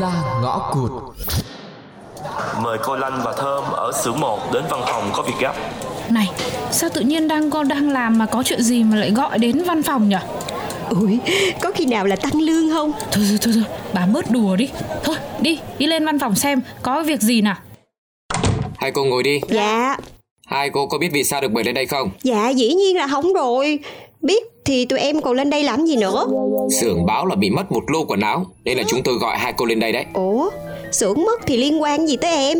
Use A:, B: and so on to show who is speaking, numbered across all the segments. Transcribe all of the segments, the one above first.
A: ra ngõ cụt
B: Mời cô Lanh và Thơm ở xưởng 1 đến văn phòng có việc gấp.
C: Này, sao tự nhiên đang con đang làm mà có chuyện gì mà lại gọi đến văn phòng nhỉ?
D: Ui, có khi nào là tăng lương không?
C: Thôi thôi thôi, thôi bà bớt đùa đi. Thôi, đi, đi lên văn phòng xem có việc gì nào.
E: Hai cô ngồi đi.
D: Dạ,
E: Hai cô có biết vì sao được mời lên đây không?
D: dạ dĩ nhiên là không rồi Biết thì tụi em còn lên đây làm gì nữa
E: Xưởng báo là bị mất một lô quần áo. Nên là chúng tôi gọi hai cô lên đây đấy.
D: Ủa, xưởng mất thì liên quan gì tới em?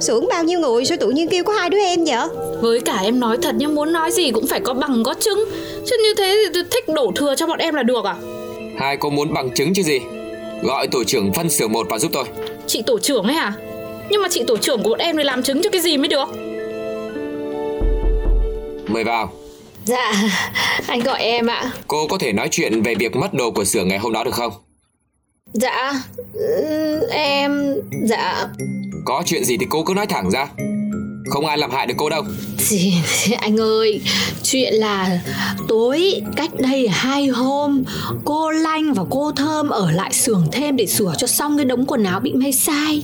D: Xưởng bao nhiêu người sao tự nhiên kêu có hai đứa em vậy?
C: Với cả em nói thật nhưng muốn nói gì cũng phải có bằng có chứng. Chứ như thế thì thích đổ thừa cho bọn em là được à?
E: Hai cô muốn bằng chứng chứ gì? Gọi tổ trưởng phân xưởng 1 vào giúp tôi.
C: Chị tổ trưởng ấy hả? Nhưng mà chị tổ trưởng của bọn em thì làm chứng cho cái gì mới được?
E: Mời vào.
F: Dạ, anh gọi em ạ.
E: Cô có thể nói chuyện về việc mất đồ của xưởng ngày hôm đó được không?
F: Dạ, ừ, em... Dạ,
E: Có chuyện gì thì cô cứ nói thẳng ra. Không ai làm hại được cô đâu.
F: Chị, anh ơi, chuyện là tối cách đây hai hôm cô Lanh và cô Thơm ở lại xưởng thêm để sửa cho xong cái đống quần áo bị may sai.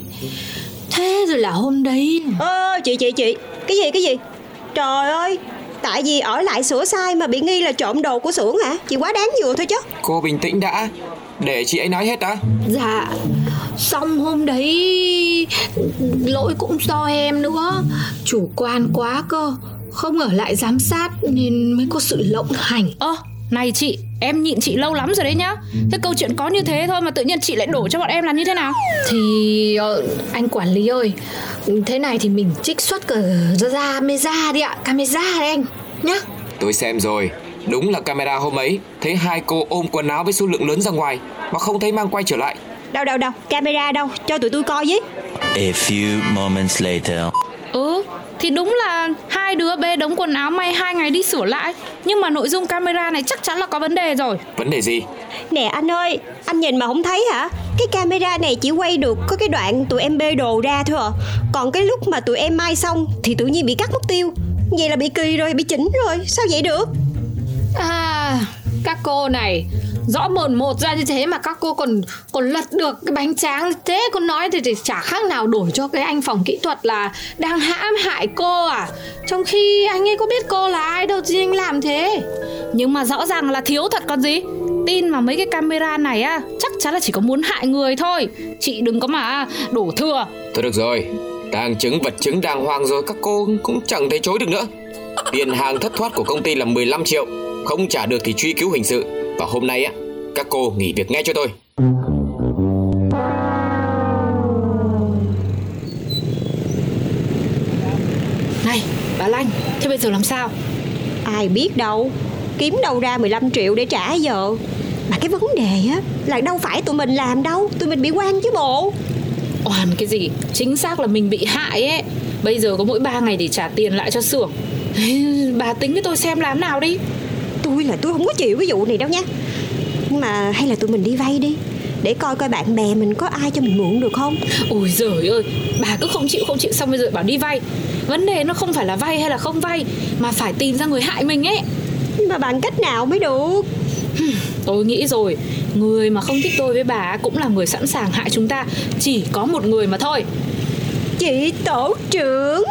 F: Thế rồi là hôm đấy
D: Ơ, chị chị chị, cái gì cái gì? Trời ơi, tại vì ở lại sửa sai mà bị nghi là trộm đồ của xưởng hả? Chị quá đáng vừa thôi chứ
E: Cô bình tĩnh đã. Để chị ấy nói hết đã.
F: Dạ Xong hôm đấy Lỗi cũng do em nữa Chủ quan quá cơ Không ở lại giám sát Nên mới có sự lộng hành
C: Ơ, này chị, em nhịn chị lâu lắm rồi đấy nhá. Thế câu chuyện có như thế thôi mà tự nhiên chị lại đổ cho bọn em làm như thế nào?
F: Thì ờ, anh quản lý ơi Thế này thì mình trích xuất cả ra camera đi ạ Camera đấy anh Nhá
E: Tôi xem rồi. Đúng là camera hôm ấy thấy hai cô ôm quần áo với số lượng lớn ra ngoài mà không thấy mang quay trở lại.
D: Đâu đâu đâu, camera đâu, cho tụi tôi coi với
G: A few moments later.
C: Ừ, thì đúng là hai đứa bê đống quần áo may hai ngày đi sửa lại Nhưng mà nội dung camera này chắc chắn là có vấn đề rồi
E: Vấn đề gì?
D: Nè anh ơi, anh nhìn mà không thấy hả? Cái camera này chỉ quay được có cái đoạn tụi em bê đồ ra thôi à Còn cái lúc mà tụi em mai xong thì tự nhiên bị cắt mất tiêu Vậy là bị kỳ rồi, bị chỉnh rồi, sao vậy được?
F: À các cô này Rõ mồn một ra như thế mà các cô còn còn lật được cái bánh tráng thế Cô nói thì, thì chả khác nào đổi cho cái anh phòng kỹ thuật là đang hãm hại cô à Trong khi anh ấy có biết cô là ai đâu thì anh làm thế
C: Nhưng mà rõ ràng là thiếu thật còn gì Tin mà mấy cái camera này á Chắc chắn là chỉ có muốn hại người thôi Chị đừng có mà đổ thừa
E: Thôi được rồi, tàng chứng vật chứng đàng hoàng rồi các cô cũng chẳng thể chối được nữa. Tiền hàng thất thoát của công ty là 15 triệu, không trả được thì truy cứu hình sự. Và hôm nay á, các cô nghỉ việc ngay cho tôi.
C: Này, bà Lanh, thế bây giờ làm sao
D: Ai biết đâu, kiếm đâu ra 15 triệu để trả giờ Mà cái vấn đề á, là đâu phải tụi mình làm đâu, tụi mình bị quan chứ bộ
C: Oan cái gì, chính xác là mình bị hại ấy Bây giờ có mỗi 3 ngày để trả tiền lại cho xưởng Bà tính với tôi xem làm nào đi
D: Tôi là tôi không có chịu cái vụ này đâu nha Nhưng mà hay là tụi mình đi vay đi để coi coi bạn bè mình có ai cho mình mượn được không
C: Ôi giời ơi, bà cứ không chịu không chịu xong bây giờ bảo đi vay. Vấn đề nó không phải là vay hay là không vay mà phải tìm ra người hại mình ấy.
D: Nhưng mà bằng cách nào mới được
C: Tôi nghĩ rồi, người mà không thích tôi với bà cũng là người sẵn sàng hại chúng ta, chỉ có một người mà thôi.
D: Chị tổ trưởng